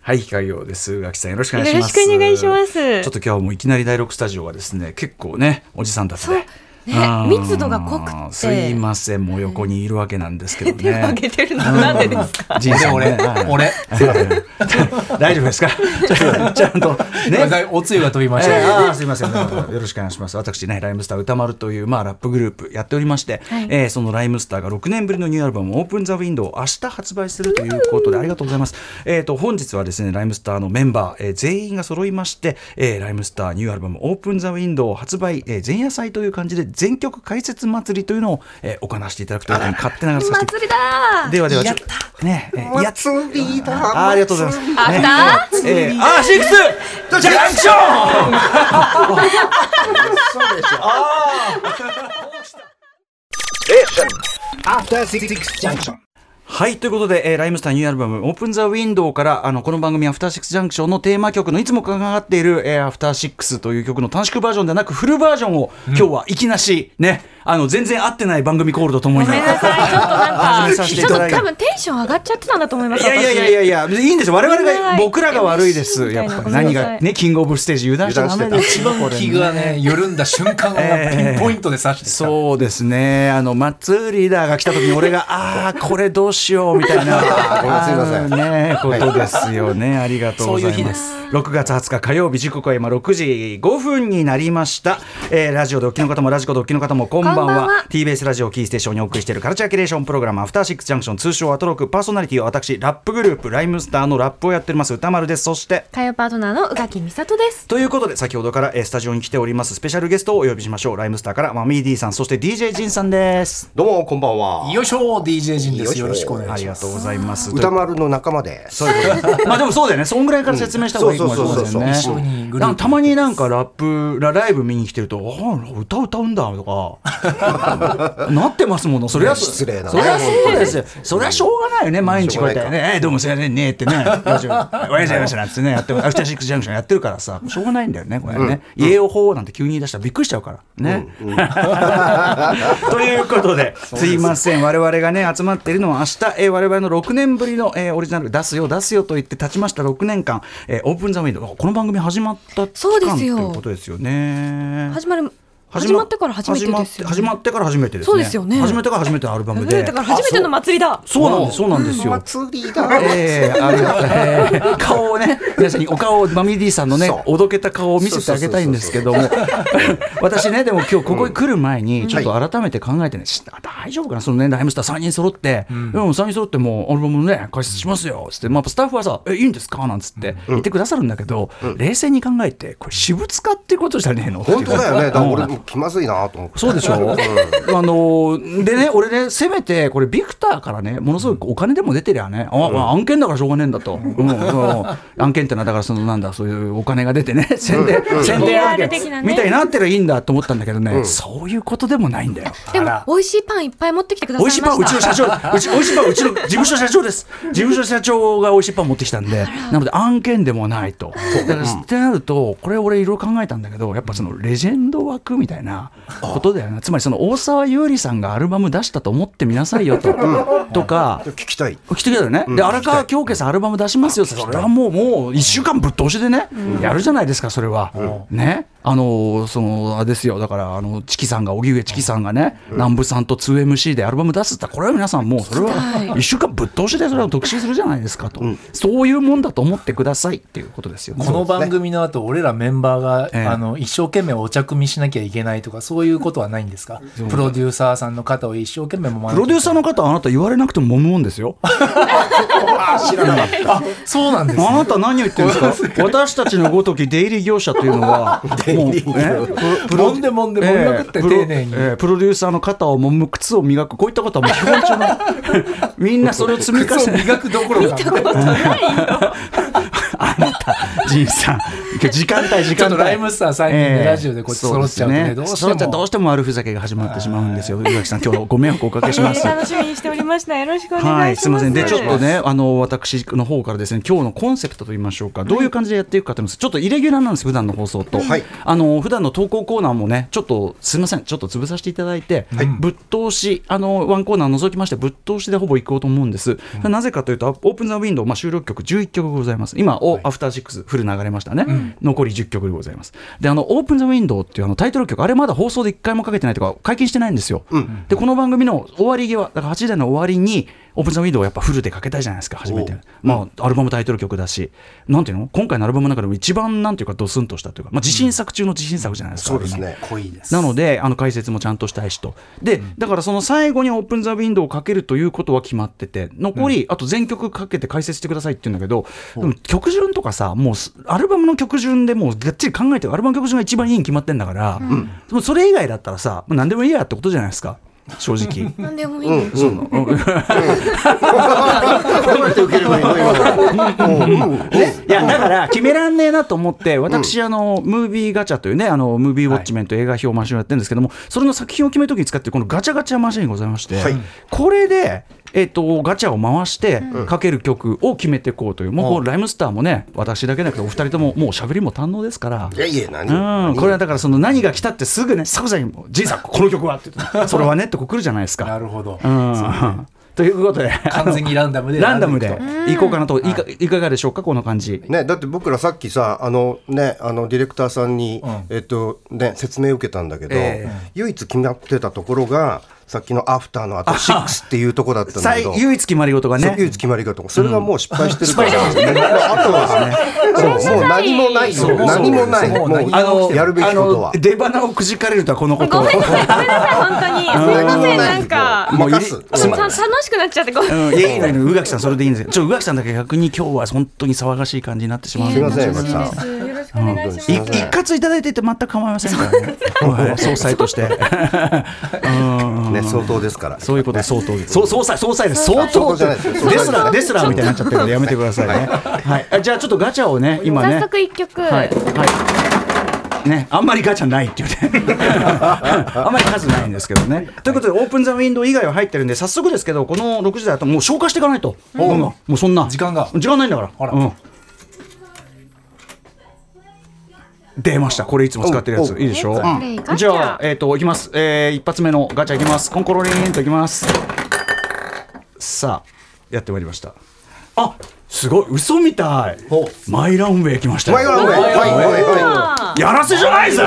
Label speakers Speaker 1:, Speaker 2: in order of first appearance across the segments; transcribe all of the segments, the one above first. Speaker 1: はい、ヒカリオです。ガキさんよろしくお
Speaker 2: よ
Speaker 1: 願いし
Speaker 2: ろ
Speaker 1: ま
Speaker 2: し
Speaker 1: す。
Speaker 2: くお願いしま
Speaker 1: ちょ
Speaker 2: す
Speaker 1: っと。今日はもういきなり第6スタジオがですね、結構ね、おじさんたち
Speaker 2: そう
Speaker 1: で
Speaker 2: ね。
Speaker 1: うん
Speaker 2: 密度が濃くて
Speaker 1: すいません、もう横にいるわけなんですけどね。
Speaker 2: 手を挙げてるのはなんでですか。
Speaker 1: 人生
Speaker 3: 俺
Speaker 1: ねはい、
Speaker 3: 俺、
Speaker 1: すいません 大丈夫 ですかちゃんとちゃんとね。
Speaker 3: おつゆが飛びました
Speaker 1: え
Speaker 3: ね。
Speaker 1: えああすいません、よろしくお願いします。私ね、ライムスター歌丸という、まあ、ラップグループやっておりまして、えーそのライムスターが6年ぶりのニューアルバム、オープン・ザ・ウィンドウを明日発売するということで、ありがとうございます。えっ、と、本日はですね、ライムスターのメンバー、えー全員が揃いまして、えーライムスターニューアルバム、オープン・ザ・ウィンドウ発売、えー前夜祭という感じで、全曲解説祭りというのを、えー、行わせていただくということに勝手ながらさせて
Speaker 2: 祭りだー。
Speaker 1: ではでは、ちょっとね、えーやっあーありがとうございます。ね
Speaker 2: アフ
Speaker 1: えー、あーシックスジャンクションはいということで、えーライムスターニューアルバム「オープン・ザ・ウィンドウ」からあのこの番組「アフターシックス・ジャンクション」のテーマ曲のいつもかかっている「えーアフターシックス」という曲の短縮バージョンではなくフルバージョンを今日はいきなし、ねあの全然合ってない番組コールととも
Speaker 2: ご
Speaker 1: に
Speaker 2: めんなさい。ちょっとなん
Speaker 1: 始め
Speaker 2: か、
Speaker 1: させて
Speaker 2: ち
Speaker 1: い
Speaker 2: ょった
Speaker 1: だ
Speaker 2: と
Speaker 1: いて
Speaker 2: 多分テンション上がっちゃってたんだと思います。
Speaker 1: いやいやいやいやいや、別にいいんですよ。我々
Speaker 2: は
Speaker 1: が、
Speaker 2: い
Speaker 1: 僕らが悪いです。
Speaker 2: み
Speaker 1: や
Speaker 2: たい
Speaker 1: っぱ
Speaker 2: な
Speaker 1: り何
Speaker 2: ごめんなさ
Speaker 1: が、
Speaker 2: い
Speaker 1: ね、キングオブステージ油断しちゃダメです。
Speaker 3: 一番気がね、緩んだ瞬間がやっぱピンポイントで刺してきた。
Speaker 1: そうですね。あの、祭りだが来た時に俺が、ああ、これどうしよう、みたいな。
Speaker 4: ごめんなさいごめんなさい
Speaker 1: ね、ことですよね。ありがとうござ
Speaker 3: そう
Speaker 1: い
Speaker 3: い
Speaker 1: う
Speaker 3: 日
Speaker 1: ま
Speaker 3: ですす。
Speaker 1: 6月20日火曜日、時刻は今6時5分になりました。えーラジオでお聞きの方も、ラジコでお聞きの方も、こんばんは。
Speaker 2: こんばんは
Speaker 1: TBS ラジオをキーステーションにお送りしているカルチャーキュレーションプログラム、アフターシックスジャンクション、通称アトロク、パーソナリティは私、ラップグループ、ライムスターのラップをやっております、歌丸です。そして、
Speaker 2: 火曜パートナーの宇垣美里です。
Speaker 1: ということで先ほどからえースタジオに来ておりますスペシャルゲストをお呼びしましょうライムスターからマミー D さんそして DJ ジンさんです
Speaker 4: どうもこんばんは。
Speaker 3: よいしょ、DJ 陣
Speaker 4: よ
Speaker 3: で
Speaker 4: い
Speaker 3: す。
Speaker 4: しょ
Speaker 3: よろしくお願
Speaker 1: あり
Speaker 3: いし
Speaker 1: が
Speaker 3: ます。
Speaker 1: とうございます
Speaker 4: 歌丸の仲間で。
Speaker 1: そういうことまあでもそうだよねそんぐらいから説明した方がいいかもしれません
Speaker 4: うん
Speaker 1: ね
Speaker 4: そう
Speaker 3: そうそうそう一緒にグループ
Speaker 1: なんかたまになんかラップラライブ見に来てるとああ歌歌うんだとかなってますものそれは
Speaker 4: 失礼だね
Speaker 1: そりゃそうですよそりゃしょうがないよね毎日こうやっ
Speaker 4: しょ
Speaker 1: て
Speaker 4: うが
Speaker 1: ねえーどうもすいませんねってねラジオおはようございましたなんてねやってアフターシックスジャンクションやってるからさしょうがないんだよねこれね家を法なんて急に言い出したらびっくりしちゃうからね ということですいません我々がね集まっているのは明日、えー、我々の6年ぶりの、えーオリジナル出すよ出すよと言って経ちました6年間、えーオープンザウィンドウこの番組始まった期
Speaker 2: そうで
Speaker 1: 間と
Speaker 2: す
Speaker 1: い
Speaker 2: よ
Speaker 1: うことですよね
Speaker 2: 始まる、
Speaker 1: 始
Speaker 2: 始まってから初めてですよね。
Speaker 1: 始まってから初めてですね
Speaker 2: そうですよね
Speaker 1: 始めてから初めてのアルバム
Speaker 2: 初め
Speaker 1: で
Speaker 2: てから初めての祭りだ。
Speaker 1: そうなんですそうなんですよ、
Speaker 4: 祭りだ。
Speaker 1: ええあの、 ええ顔をね、皆さんにお顔を、マミー D さんのね
Speaker 4: そう、
Speaker 1: おどけた顔を見せてあげたいんですけども、 私ね、でも今日ここに来る前に、ちょっと改めて考えてね、し大丈夫かな、そのね、ライムスター3人揃って、うん、3人揃ってもう、アルバムね、解説しますよ、つって、まあ、スタッフはさ、え、いいんですかなんつって言ってくださるんだけど、冷静に考えて、これ、私物化ってことじゃねえの
Speaker 4: 本当だよね。だから
Speaker 1: うん
Speaker 4: 俺も気まずいなと思って。
Speaker 1: そうでしょ、あのーでね、俺ね、せめて、これ、ビクターからね、ものすごくお金でも出てりゃね、あ、まあ案件だからしょうがねえんだと、うんそう案件ってのは、だから、そのなんだ、そういうお金が出てね、宣伝、宣伝案
Speaker 2: PR 的な
Speaker 1: 件
Speaker 2: ね
Speaker 1: みたいになってりゃいいんだと思ったんだけどね、そういうことでもないんだよ。
Speaker 2: でも、美味しいパンいっぱい持ってきてくださ
Speaker 1: 美
Speaker 2: いま
Speaker 1: 味し
Speaker 2: し
Speaker 1: いパ
Speaker 2: た。
Speaker 1: ン、うちの社長、 うち、美味しいパン、うちの事務所社長です。事務所社長が美味しいパン持ってきたんで、なので案件でもないと。だから、ってなると、これ俺いろいろ考えたんだけど、やっぱそのレジェンド枠みたいなことだよな。つまりその大沢優里さんがアルバム出したと思ってみなさいよと。とか、
Speaker 4: 聞きたい。
Speaker 1: 来てくだよね、で荒川京家さんアルバム出しますよってそれはもうもう1週間ぶっ通しでね、やるじゃないですかそれは、ねあのそのあれですよだからあのチキさんが荻上チキさんがね、南部さんと 2MC でアルバム出すってこれは皆さんもうそれは1週間ぶっ通しでそれを特集するじゃないですかと、そういうもんだと思ってくださいっていうことですよね
Speaker 3: この番組の後、俺らメンバーが、
Speaker 1: ええ
Speaker 3: あの、一生懸命お茶組みしなきゃいけないとか、そういうことはないんですかプロデューサーさんの方を一生懸命も
Speaker 1: プロデューサーの方はあなた言われなくても揉むもんですよ
Speaker 4: 知らなかっ
Speaker 3: あ、そうなんです
Speaker 1: あ
Speaker 3: ね。
Speaker 1: なた何を言ってるんですか私たちのごとき出入り業者というのはもうねプロ
Speaker 3: 揉んで揉んで揉みまくって
Speaker 1: ええプロ
Speaker 3: 丁寧に
Speaker 1: ええプロデューサーの肩を揉む靴を磨くこういったことはもう基本中のみんなそれを積み重
Speaker 3: そう
Speaker 1: ね
Speaker 3: 磨くどころか。
Speaker 1: ああなた、ジンさん、今日時間帯、時
Speaker 3: ち
Speaker 1: 間
Speaker 3: ょっと
Speaker 1: 帯。
Speaker 3: ライムスター三人で
Speaker 1: ええ
Speaker 3: ラジオでこうやって揃っちゃうとねどうしても
Speaker 1: そうですね揃っちゃどうしても悪ふざけが始まってしまうんですよ、宇垣さん、今日ご迷惑をおかけします。
Speaker 2: 楽しみにしておりました。よろしくお願いします。
Speaker 1: はい、すみません。で、ちょっとね、あの、私の方からですね、今日のコンセプトと言いましょうか、どういう感じでやっていくかと思います。ちょっとイレギュラーなんです、普段の放送と。
Speaker 4: はい
Speaker 1: あの、普段の投稿コーナーもね、ちょっと、すみません、ちょっと潰させていただいて、ぶっ通し、あの、ワンコーナー除きまして、ぶっ通しでほぼ行こうと思うんです。なぜかというと、オープンザウィンドウ、まあ、収録曲11曲ございます。今、お、アフターシックス、フル流れましたね。残り10曲でございます。で、あの、オープンザウィンドウっていうあのタイトル曲、あれまだ放送で1回もかけてないとか、解禁してないんですよ。
Speaker 4: うん
Speaker 1: でこの番組の終わり際だから8時台の終わりにオープンザウィンドウをやっぱフルでかけたいじゃないですか初めて
Speaker 4: おう
Speaker 1: まあアルバムタイトル曲だしなんていうの今回のアルバムの中でも一番なんていうかドスンとしたというか、まあ、自信作中の自信作じゃないですか、
Speaker 4: そうです
Speaker 1: あれ
Speaker 4: ね。
Speaker 3: 濃いです
Speaker 1: なのであの解説もちゃんとしたいしとでだからその最後にオープン・ザ・ウィンドウをかけるということは決まってて残り、あと全曲かけて解説してくださいって言うんだけど、でも曲順とかさもうすアルバムの曲順でもうがっちり考えてるアルバムの曲順が一番いいに決まってんだから、でもそれ以外だったらさもう何でもいいやってことじゃないですか正直。
Speaker 2: なんでもいい、
Speaker 4: うん、そうなの。うんどうやって受ければいいの今の。うんうんね
Speaker 1: いやだから決めらんねえなと思って私、あのムービーガチャというねあのムービーウォッチメント映画表マシンをやってるんですけども、それの作品を決めるときに使ってるこのガチャガチャマシンございまして、
Speaker 4: はい
Speaker 1: これで、えっとガチャを回してかける曲を決めていこうという、もうこうライムスターもね私だけだけどお二人とももう喋りも堪能ですから
Speaker 4: い。やいや、何
Speaker 1: うん、
Speaker 4: 何
Speaker 1: これはだからその何が来たってすぐね、サコさんにも、じいさん、この曲はって言 って、それはねってこう来るじゃないですか。
Speaker 3: なるほど
Speaker 1: うん、ということで、
Speaker 3: 完全にランダムで
Speaker 1: ランダムで
Speaker 3: ランダム
Speaker 1: 行こうかなと、いかいかがでしょうか、この感じ。
Speaker 4: ね、だって僕らさっきさあのねあのディレクターさんに、
Speaker 3: ん
Speaker 4: えっとね、説明受けたんだけど、
Speaker 1: え
Speaker 4: 唯一決まってたところがさっきの「アフターのあと6」っていうところだったんだけ
Speaker 1: 最
Speaker 4: ど。
Speaker 1: 唯一決まり事が
Speaker 4: そう
Speaker 1: ね
Speaker 4: 唯一決まりかと思うそれがもう失敗してるから、ね、あとはそうもう何もない
Speaker 1: そう
Speaker 4: よ何もない
Speaker 3: そう
Speaker 4: もう
Speaker 3: あの
Speaker 4: やるべきことは
Speaker 1: あの出花をくじかれるとはこのこと
Speaker 2: ごめんなさい、ごめんなさい、本当に。すいません、なんか。
Speaker 1: もう
Speaker 4: 任す
Speaker 1: もう
Speaker 2: ちょ楽しくなっちゃって、ごめん。
Speaker 1: うん、いやいいのいいの宇垣さんそれでいいんですよちょ宇垣さんだけ逆に今日は本当に騒がしい感じになってしまうん
Speaker 4: すい
Speaker 1: で
Speaker 4: ません
Speaker 2: いや
Speaker 4: まきさん
Speaker 2: 楽しみですよろしくお願いします。
Speaker 4: い
Speaker 1: 一括いただいてて全く構いません からねはい総裁としてうん
Speaker 4: ね相当ですから
Speaker 1: そういうこと相当そう総裁総裁です
Speaker 2: 総
Speaker 1: 相
Speaker 2: 裁
Speaker 1: 当
Speaker 4: 総裁じゃないですよ
Speaker 1: レスラーレスラーみたいになっちゃってるのでやめてくださいねはいあじゃあちょっとガチャをね今ね
Speaker 2: 早速一曲、
Speaker 1: はい、はい。ね、あんまりガチャない っていうね。あんまり数ないんですけどね。ということで、オープンザウィンドウ以外は入ってるんで、早速ですけど、この6時台だともう消化していかないと。どんどんもうそんな。
Speaker 3: 時間が
Speaker 1: 時間ないんだから。
Speaker 3: あら
Speaker 1: うん出ました。これいつも使ってるやつ。
Speaker 4: お
Speaker 1: いいでしょ
Speaker 2: えこれガチャ
Speaker 1: じゃあ、えっ、と、いきます。えー一発目のガチャいきます。コンコロリンといきます。さあ、やってまいりました。あすごい、嘘みたい。マイランウェイ来ましたよ。
Speaker 4: マイランウェイはいはいは
Speaker 2: あ
Speaker 1: やらせじゃないぞおい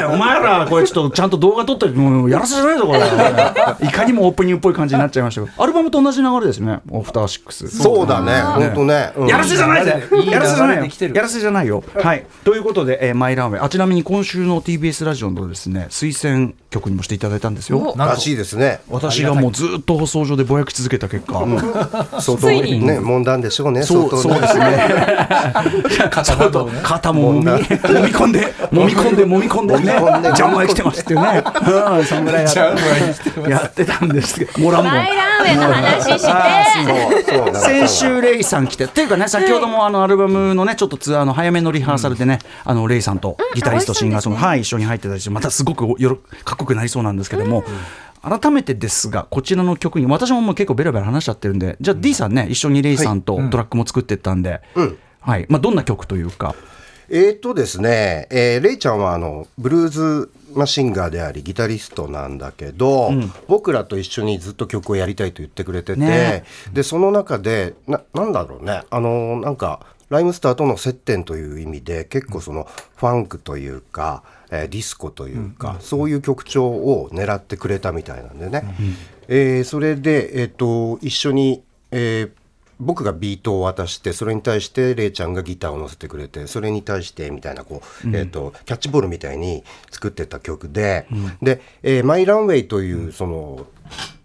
Speaker 1: おいお前らこれちょっとちゃんと動画撮ってもうやらせじゃないぞこれ いかにもオープニングっぽい感じになっちゃいましたけどアルバムと同じ流れですねオフターシックス
Speaker 4: いそうだね本当ね、うん
Speaker 1: やらせじゃないぜ
Speaker 3: いい流れで
Speaker 1: やらせじゃない
Speaker 3: いい流れで来て
Speaker 1: よ
Speaker 3: る
Speaker 1: やらせじゃないよはいということで、えーマイランウェイあちなみに今週の TBS ラジオのですね推薦曲にもしていただいたんですよ
Speaker 3: なんと
Speaker 4: らしいですね
Speaker 1: 私がもうずっと放送上でぼやき続けた結果、
Speaker 4: 相当ね問題でしょうね
Speaker 1: そう
Speaker 4: 相当
Speaker 1: そうですね
Speaker 3: 肩などを ね
Speaker 1: 肩も揉み揉み込んで揉み込んで揉み込んでね邪魔が来てますっていうね うんそんぐらいや っ
Speaker 3: ジャンプは来て
Speaker 1: やってたんですけどもらう
Speaker 2: ー
Speaker 1: もん
Speaker 2: マイラーメンの話して、
Speaker 4: そうそうなんか
Speaker 1: 先週レイさん来てっていうかね先ほどもあのアルバムのねちょっとツアーの早めのリハーサルでね、あのレイさんとギタリストシンガーソング、はい一緒に入ってたりしてまたすごくよろかっこよくなりそうなんですけども、改めてですがこちらの曲に私ももう結構ベラベラ話しちゃってるんでじゃあ D さんね一緒にレイさんとトラックも作ってったんで、はいまあ、どんな曲というか。
Speaker 4: えー、とですね、えーレイちゃんはあのブルーズまあシンガーでありギタリストなんだけど、僕らと一緒にずっと曲をやりたいと言ってくれてて、
Speaker 1: ね
Speaker 4: でその中でななんだろうねあのなんかライムスターとの接点という意味で結構そのファンクというか、えーディスコというか、そういう曲調を狙ってくれたみたいなんでね、えーそれで、えー、と一緒に、えー僕がビートを渡してそれに対してレイちゃんがギターを乗せてくれてそれに対してみたいなこう、えー、とキャッチボールみたいに作ってた曲で、で、えーマイランウェイ」というその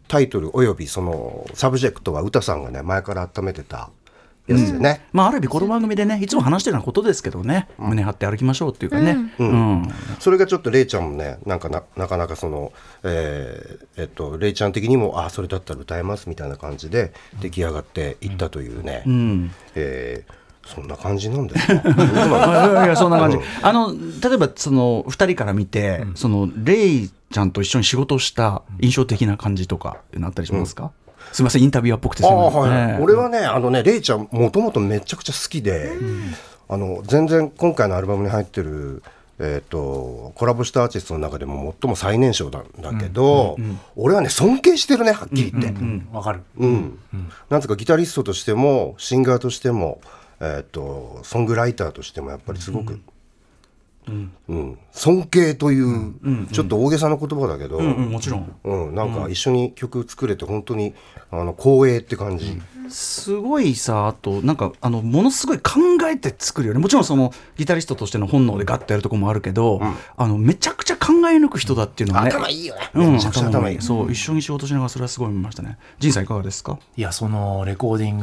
Speaker 4: タイトルおよびそのサブジェクトは歌さんがね前から温めてたやつでね、
Speaker 1: まあ、ある意味この番組でねいつも話してるようなことですけどね、胸張って歩きましょうっていうかね、うん
Speaker 4: それがちょっとレイちゃんもねなんかななかなかその、えーえっとレイちゃん的にもあそれだったら歌えますみたいな感じで出来上がっていったというね、えーそんな感じなんですかどうなんだ
Speaker 1: いやいや そんな感じ
Speaker 4: うん。
Speaker 1: あの例えばその二人から見て、そのレイちゃんと一緒に仕事をした印象的な感じとかなったりしますか。すみませんインタビュアーっぽくてす
Speaker 4: あ
Speaker 1: いま
Speaker 4: あ
Speaker 1: せん
Speaker 4: はい、
Speaker 1: ね
Speaker 4: 俺はねあのねレイちゃんもともとめちゃくちゃ好きで、あの全然今回のアルバムに入ってるえー、とコラボしたアーティストの中でも最も最年少なんだけど、俺はね尊敬してるねはっきり言って、
Speaker 3: わかる。
Speaker 4: うんなんとかギタリストとしてもシンガーとしても、えー、とソングライターとしてもやっぱりすごく、うん尊敬という、ちょっと大げさな言葉だけど、
Speaker 1: うんうんもちろん。
Speaker 4: うん、なんか一緒に曲作れて本当にあの光栄って感じ、
Speaker 1: すごいさあとなんかあのものすごい考えて作るよねもちろんそのギタリストとしての本能でガッとやるとこもあるけど、あのめちゃくちゃ考え抜く人だっていうのはね
Speaker 4: 頭いいよね、
Speaker 1: うん、
Speaker 4: めちゃくちゃ頭いい
Speaker 1: そう一緒に仕事しながらそれはすごい見ましたね仁さんいかがですか
Speaker 3: いや、そのレコーディン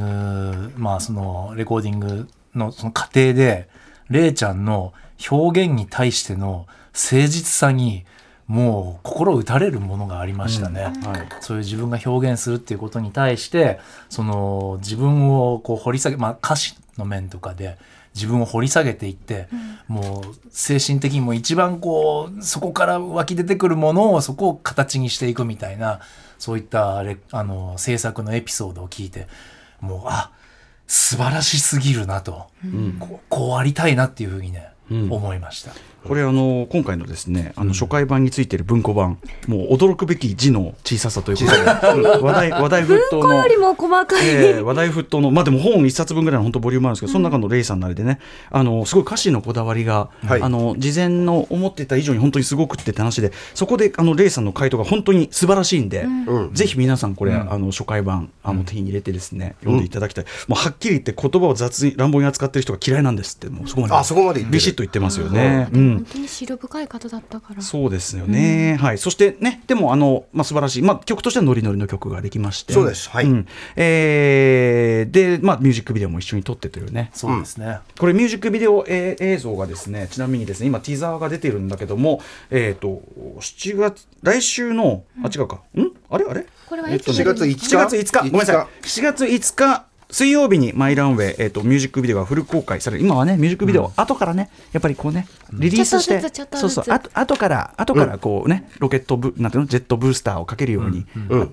Speaker 3: グ、まあそのレコーディングのその過程で、れいちゃんの表現に対しての誠実さに、もう心打たれるものがありましたね、
Speaker 1: はい
Speaker 3: そういう自分が表現するっていうことに対して、その自分をこう掘り下げ、まあ歌詞の面とかで自分を掘り下げていって、もう精神的にも一番こう、そこから湧き出てくるものをそこを形にしていくみたいな、そういったレあの制作のエピソードを聞いて、もう、あ、素晴らしすぎるなと、こうこうありたいなっていうふうにね、
Speaker 1: うん
Speaker 3: 思いました。
Speaker 1: これあの今回のですねあの初回版についている文庫版、もう驚くべき字の小ささということで話題話題沸騰
Speaker 2: これ
Speaker 1: の
Speaker 2: よ。りも細かい。
Speaker 1: えー話題沸騰の、まあ、でも本一冊分ぐらいの本当ボリュームあるんですけど、その中のレイさんのあれでねあのすごい歌詞のこだわりが、
Speaker 4: はい
Speaker 1: あの事前の思ってた以上に本当にすごくってって話でそこであのレイさんの回答が本当に素晴らしいんで、
Speaker 4: うん
Speaker 1: ぜひ皆さんこれ、
Speaker 3: うん
Speaker 1: あの初回版あの手に入れてですね、読んでいただきたいもうはっきり言って言葉を雑に乱暴に扱ってる人が嫌いなんですってもうそこまで
Speaker 4: あそこまで言ってる
Speaker 1: ビシッと言ってますよね。うん
Speaker 2: 本当に白深い方だったから。
Speaker 1: そうですよね、はい、そしてね、でもあの、まあ、素晴らしい、まあ、曲としてはノリノリの曲ができまして、
Speaker 4: そうですはい
Speaker 1: んえーで、まあ、ミュージックビデオも一緒に撮ってというね、
Speaker 3: そうですね。
Speaker 1: これ、ミュージックビデオ、えー映像がですね、ちなみにですね、今、ティザーが出てるんだけども、えっ、と、7月、来週の、あ、違うか、んあれあれ
Speaker 2: これは
Speaker 1: えっとね
Speaker 2: いつ出るんですか
Speaker 4: 4
Speaker 1: 7月5日、ごめんなさい、7月5日、水曜日にマイランウェイ、えっとミュージックビデオがフル公開される、今はね、ミュージックビデオ、後からね、やっぱりこうね、リリースして
Speaker 2: ちょっとずつ
Speaker 1: そう
Speaker 2: ちょっ、とずつ
Speaker 1: そう、あと後から、後からこうね、ロケットブ、なんていうの、ジェットブースターをかけるように、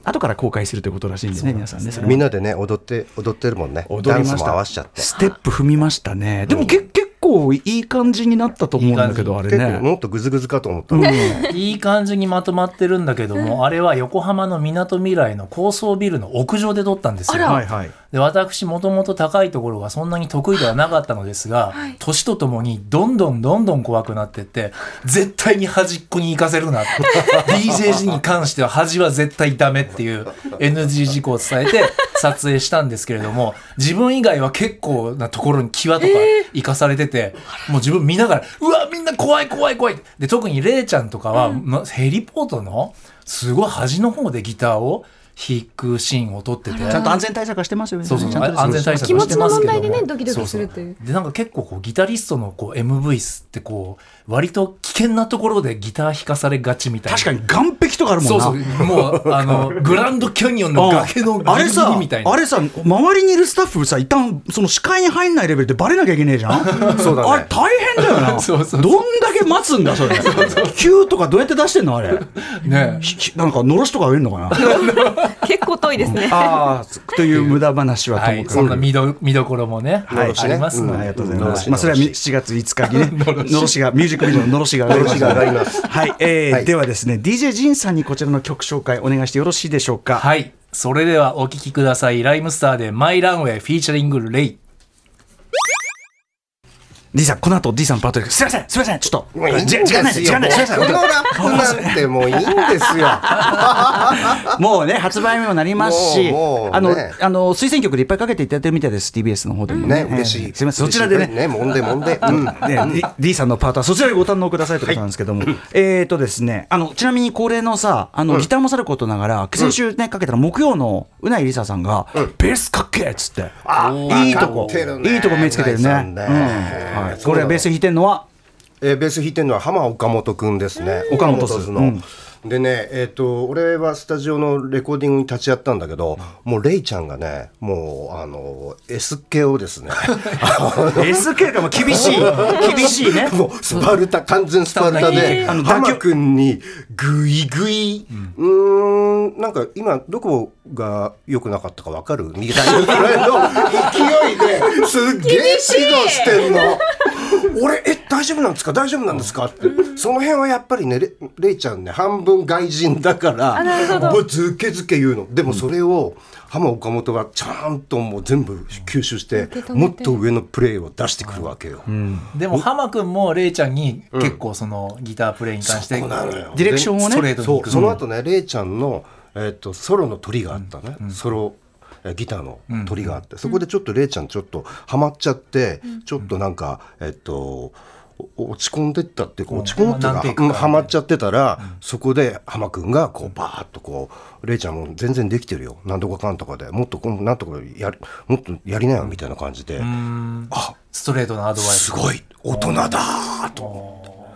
Speaker 1: あ後から公開するということらしいんですね、皆さんね、それは
Speaker 4: みんなでね踊って踊ってるもんね
Speaker 1: 踊りま
Speaker 4: ダン
Speaker 1: し
Speaker 4: スも合
Speaker 1: た
Speaker 4: わせちゃって
Speaker 1: ステップ踏みましたね、でもけ結構いい感じになったと思うんだけど、あれ
Speaker 4: 結構
Speaker 1: ね。
Speaker 4: もっとグズグズかと思ったの、
Speaker 3: いい感じにまとまってるんだけども、あれは横浜のみなとみらいの高層ビルの屋上で撮ったんですよ。
Speaker 1: はいはい、
Speaker 3: で私もともと高いところがそんなに得意ではなかったのですが、
Speaker 2: はい
Speaker 3: 年とともにどんどんどんどん怖くなってって絶対に端っこに行かせる なって DJG に関しては端は絶対ダメっていう NG 事項を伝えて撮影したんですけれども自分以外は結構なところに際とか行かされてて、もう自分見ながらうわみんな怖い怖い怖いで特にレイちゃんとかは、まヘリポートのすごい端の方でギターを弾くシーンを撮ってて
Speaker 1: ちゃんと安全対策はしてますよね。
Speaker 3: そうそう
Speaker 1: ちゃんと
Speaker 3: 安全対策
Speaker 2: 気
Speaker 3: は
Speaker 2: 持
Speaker 3: し
Speaker 2: ち
Speaker 3: て
Speaker 2: の
Speaker 3: ます
Speaker 2: 問
Speaker 3: けども
Speaker 2: 題でねドキドキするという。
Speaker 3: でなんか結構こうギタリストのこう MV ってこう割と危険なところでギター弾かされがちみたいな
Speaker 1: 確かに岸壁とかあるもんな。
Speaker 3: そうそうもうあのグランドキャニオンの崖のギ
Speaker 1: あれ
Speaker 3: リギ
Speaker 1: さ
Speaker 3: リみたい
Speaker 1: あ
Speaker 3: な
Speaker 1: れさ周りにいるスタッフさ一旦その視界に入んないレベルでバレなきゃいけねえじゃん
Speaker 4: そうだね
Speaker 1: あれ大変だよな
Speaker 3: そうそうそう
Speaker 1: どんだけ待つんだそれ急とかどうやって出してんのあれ
Speaker 3: ね
Speaker 1: ひひなんかのろしとか上えるのかな
Speaker 2: 結構遠いですね。
Speaker 1: ああという無駄話は
Speaker 3: は
Speaker 1: とも
Speaker 3: い
Speaker 1: か
Speaker 3: そんな
Speaker 1: く
Speaker 3: 見ど見どころもね、
Speaker 4: はい
Speaker 3: ありますの
Speaker 1: あ
Speaker 3: で、
Speaker 1: りがとうござい
Speaker 4: の
Speaker 1: ま
Speaker 4: ろ
Speaker 1: す。
Speaker 4: し
Speaker 1: まあそれはみ
Speaker 4: のろ
Speaker 1: 7月5日にね、のろしがミュージックビデオののろしが上がります。
Speaker 4: のろしが上がります
Speaker 1: はい、えー
Speaker 4: はい
Speaker 1: ではですね、DJ ジンさんにこちらの曲紹介お願いしてよろしいでしょうか。
Speaker 3: はいそれではお聴きくださいライムスターで「マイランウェイ」フィーチャリングレイ
Speaker 1: D さんこの後 D さんパートです。すいません、すいません、ちょっと
Speaker 4: もういいん
Speaker 1: じ
Speaker 4: で
Speaker 1: ゃ時間ない
Speaker 4: す
Speaker 1: 時
Speaker 4: よ
Speaker 1: 間な
Speaker 4: もう
Speaker 1: い。すいません
Speaker 4: このラップなんてもういいんですよ
Speaker 1: もうね、発売にもなりますし、
Speaker 4: もうもうね
Speaker 1: あの、あの、推薦曲でいっぱいかけていただいてるみたいです、TBS の方でも
Speaker 4: ね嬉しい、
Speaker 1: すみません、そちらでね。
Speaker 4: ねもんでもんで、うん
Speaker 1: ね D, D さんのパートはそちらでご堪能くださいということなんですけども、えっとですね、あの、ちなみに恒例のさ、あの、ギターもさることながら、先週ね、かけたら木曜のうないりささんが、ベースかっけーっつって、いいとこ
Speaker 4: わかってる、ね
Speaker 1: いいとこ目つけてるね。う
Speaker 4: うんな
Speaker 1: は
Speaker 4: ぎさんね
Speaker 1: い これはベース弾いてるのは、
Speaker 4: えーベース弾いてるのは浜岡本くんですね
Speaker 1: 岡本っす
Speaker 4: 津の、
Speaker 1: うん
Speaker 4: でね、えっ、と、俺はスタジオのレコーディングに立ち会ったんだけど、もうレイちゃんがね、もう、あの、SK をですね、
Speaker 1: SK がもう厳しい厳しいね
Speaker 4: もうスパルタ、完全スパルタで、
Speaker 1: えーあの
Speaker 4: 浜君にぐいぐい、うーん、なんか今、どこが良くなかったか分かるみたいなぐらいの勢いで、すっげえ指導してんの。俺、え、大丈夫なんですか大丈夫なんですかって。その辺はやっぱりね、レレイちゃんね、半分外人だか
Speaker 2: あなるほ
Speaker 4: ら、
Speaker 2: ど
Speaker 4: もうずけずけ言うの。でもそれを、浜岡本がちゃんともう全部吸収して
Speaker 2: 受け、止めて
Speaker 4: もっと上のプレーを出してくるわけよ。
Speaker 3: でも浜君もレイちゃんに結構そのギタープレイに関して
Speaker 4: そうなのよ
Speaker 1: ディレクションを
Speaker 3: スト
Speaker 1: ね
Speaker 3: レートに
Speaker 4: そ
Speaker 3: 行
Speaker 4: う
Speaker 3: く
Speaker 4: その後ね、れいちゃんの、えっとソロの鳥があったね、ソロえーギターの鳥があって、そこでちょっとれいちゃんちょっとハマっちゃって、ちょっとなんか、えっとお落ち込んでったっていうか
Speaker 3: うん
Speaker 4: 落ち込むっていう
Speaker 3: まあ何
Speaker 4: か
Speaker 3: ていう
Speaker 4: う
Speaker 3: か
Speaker 4: んハマっちゃってたら、そこで浜くんがこうバーッとこうれいちゃんも全然できてるよなんとかかんとかでもっとこうなんとかやりもっとやりなよみたいな感じで、あ
Speaker 3: ストレートなアドバイス
Speaker 4: すごい大人だーと思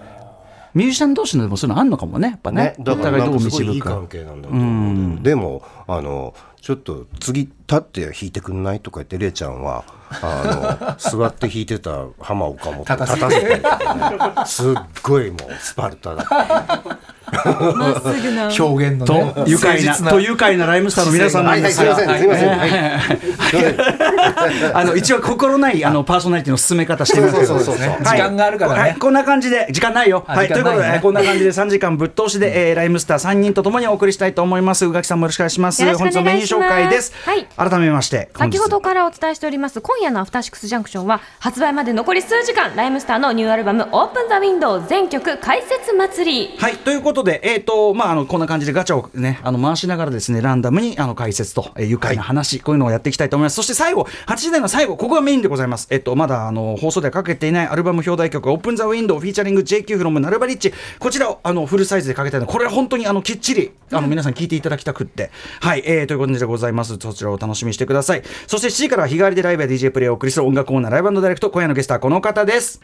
Speaker 1: ミュージシャン同士のでもそういうのあんのかもねやっぱね
Speaker 4: ね、だ
Speaker 1: お
Speaker 4: から
Speaker 1: 互い
Speaker 4: な
Speaker 1: ど
Speaker 4: ん
Speaker 1: う
Speaker 4: かす
Speaker 1: 導
Speaker 4: ごいいい
Speaker 1: くか
Speaker 4: 関係なんだと思うんだよねでもあのちょっと次立って弾いてくんないとか言ってれいちゃんはあの座って弾いてた浜岡本を立
Speaker 3: 立た
Speaker 4: た
Speaker 3: せ
Speaker 4: せ
Speaker 3: て
Speaker 4: たりとかねすっごいもうスパルタだった
Speaker 2: まっすぐな。
Speaker 3: 表現のね
Speaker 1: と愉快な
Speaker 3: 誠実
Speaker 1: と愉快なライムスターの皆さんなんですが
Speaker 4: はいはいすいませんすいません
Speaker 1: あの一応心ないあのパーソナリティの進め方してみますけど
Speaker 4: そうそうそうそう
Speaker 1: はい
Speaker 3: 時間があるからね
Speaker 1: はいこんな感じで時間ないよ
Speaker 3: あ
Speaker 1: はい
Speaker 3: 時
Speaker 1: とい
Speaker 3: 間
Speaker 1: うこ
Speaker 3: ない
Speaker 1: とでえーこんな感
Speaker 3: ね
Speaker 1: じで3時間ぶっ通しでえーライムスター3人とともにお送りしたいと思います宇垣さんもよろしくお願いします
Speaker 2: よろしく
Speaker 1: 本
Speaker 2: お願い
Speaker 1: 日
Speaker 2: し
Speaker 1: の
Speaker 2: ます
Speaker 1: メニュー紹介です
Speaker 2: はい
Speaker 1: 改めまして本日
Speaker 2: 先ほどからお伝えしております今夜のアフターシックスジャンクションは発売まで残り数時間ライムスターのニューアルバムオープンザウィンドウ全曲解説祭り
Speaker 1: はいということで、えーとまあ、あのこんな感じでガチャを、ね、あの回しながらですねランダムにあの解説と、えー愉快な話、こういうのをやっていきたいと思いますそして最後8時台の最後ここがメインでございます、えっとまだあの放送ではかけていないアルバム表題曲「オープン・ザ・ウィンドウ」フィーチャリング JQ フロムナルバリッチこちらをあのフルサイズでかけたいのでこれは本当にあのきっちりあの皆さん聞いていただきたくって、はいえーということでございますそちらをお楽しみにしてくださいそして7時からは日替わりでライブや DJ プレイをお送りする音楽コーナーライブダイレクト今夜のゲストはこの方です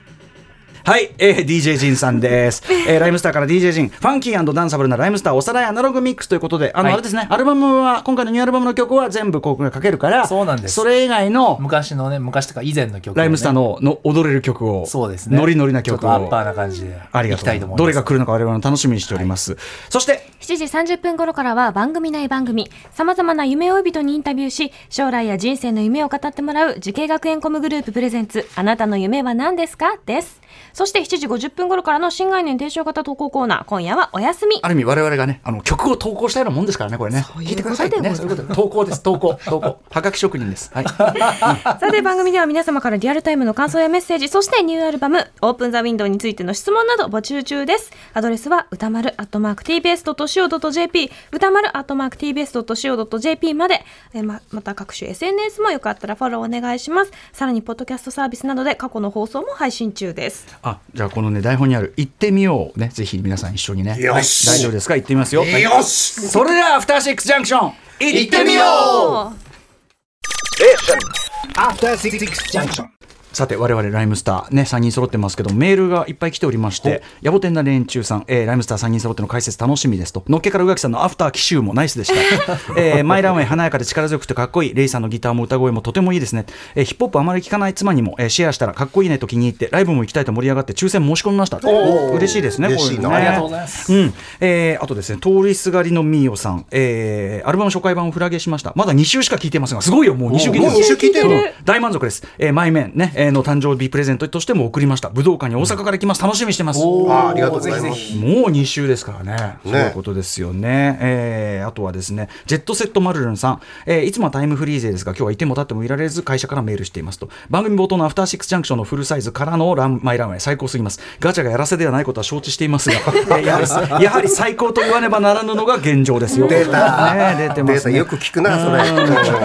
Speaker 1: はい、えー、DJ ジンさん です。えー、ライムスターから DJ ジン、ファンキーダンサブルなライムスターおさらいアナログミックスということで、あの、
Speaker 3: はい
Speaker 1: あれですね、アルバムは、今回のニューアルバムの曲は全部広告がかけるから、
Speaker 3: そうなんです
Speaker 1: それ以外の、
Speaker 3: 昔のね昔とか以前の曲をね
Speaker 1: ライムスターのの踊れる曲を、
Speaker 3: そうですね
Speaker 1: ノリノリな曲
Speaker 3: ちょっとアッ
Speaker 1: を
Speaker 3: パ。ーな感じで
Speaker 1: ありが
Speaker 3: い
Speaker 1: と
Speaker 3: き
Speaker 1: う
Speaker 3: たいと思います
Speaker 1: どれが来るのか我々も楽しみにしております。そして、
Speaker 2: 7時30分頃からは番組内番組さまざまな夢追い人にインタビューし将来や人生の夢を語ってもらう樹形学園コムグループプレゼンツあなたの夢は何ですかですそして7時50分頃からの新概念提唱型投稿コーナー今夜はお休み
Speaker 1: ある意味我々がね、あの曲を投稿したようなもんですからね、これね。聞いてくださいってね。そういうことで投稿です、投稿、投 稿。はがき職人です。はい。
Speaker 2: さて番組では皆様からリアルタイムの感想やメッセージそしてニューアルバム「オープンザウィンドウについての質問など募集中ですアドレスは歌丸 @tbs.co.jp 歌丸 @tbs.co.jp までえーままた各種 SNS もよかったらフォローお願いしますさらにポッドキャストサービスなどで過去の放送も配信中です
Speaker 1: あ、じゃあこのね、台本にある、行ってみようをね、ぜひ皆さん一緒にね。
Speaker 4: よし
Speaker 1: はい大丈夫ですか行ってみますよ。はい
Speaker 4: よし
Speaker 1: それではアフターシックスジャンクション行ってみようさて我々ライムスターね3人揃ってますけどメールがいっぱい来ておりまして野暮天な連中さん、えーライムスター3人揃っての解説楽しみですとのっけから宇垣さんのアフター奇襲もナイスで した、えーマイランウェイ華やかで力強くてかっこいいレイさんのギターも歌声もとてもいいですね、えーヒップホップあまり聞かない妻にも、えーシェアしたらかっこいいねと気に入ってライブも行きたいと盛り上がって抽選申し込みました
Speaker 4: おー
Speaker 1: 嬉しいですね
Speaker 4: 嬉しい
Speaker 1: こう
Speaker 4: な
Speaker 1: うのね
Speaker 4: ありが
Speaker 3: とうございます
Speaker 1: うんえーあとですね通りすがりのミーヨさん、えーアルバム初回版をフラゲしましたまだ2週しか聞いてませんがすごいよもう2週聞いてます
Speaker 4: もう二週聞いてる
Speaker 1: うん大満足です、えー、マイメンね、えーの誕生日プレゼントとしても送りました武道館に大阪から来ます楽しみにしてますも
Speaker 4: あありがとうございます
Speaker 3: ぜひぜひ
Speaker 1: う2週ですからねそういう
Speaker 4: ね
Speaker 1: ことですよね、えーあとはですねジェットセットマルルンさん、えーいつもはタイムフリーゼですが今日はいても立ってもいられず会社からメールしていますと番組冒頭のアフターシックスジャンクションのフルサイズからのランマイランウェイ最高すぎますガチャがやらせではないことは承知してい ますが、えーやはりやはり最高と言わねばならぬのが現状ですよ
Speaker 4: 出た
Speaker 1: ね出てますね
Speaker 4: よく聞くなそれ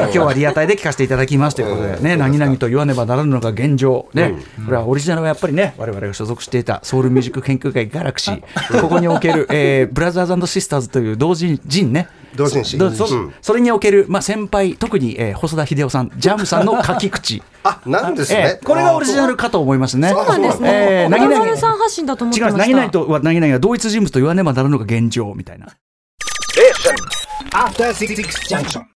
Speaker 1: 今日はリアタイで聞かせていただきますということでね、何々と言わねばならぬのが現状、ねこれはオリジナルはやっぱりね、我々が所属していたソウルミュージック研究会ギャラクシー、ここにおける、えーブラザーズシスターズという同人人ね、
Speaker 4: 同人誌
Speaker 1: どそ
Speaker 4: うん
Speaker 1: それにおける、まあ、先輩、特に、えー細田秀夫さん、ジャムさんの書き口、
Speaker 4: あなんですね
Speaker 1: えーこれがオリジナルかと思いますね。
Speaker 4: そうなんですね
Speaker 1: えー何々
Speaker 2: さん発信だと思って
Speaker 1: 違
Speaker 2: ま
Speaker 1: う
Speaker 2: し
Speaker 1: 投
Speaker 2: た
Speaker 1: げないとは投げないが同一人物と言わねばならぬのが現状みたいな
Speaker 5: After Six Junction.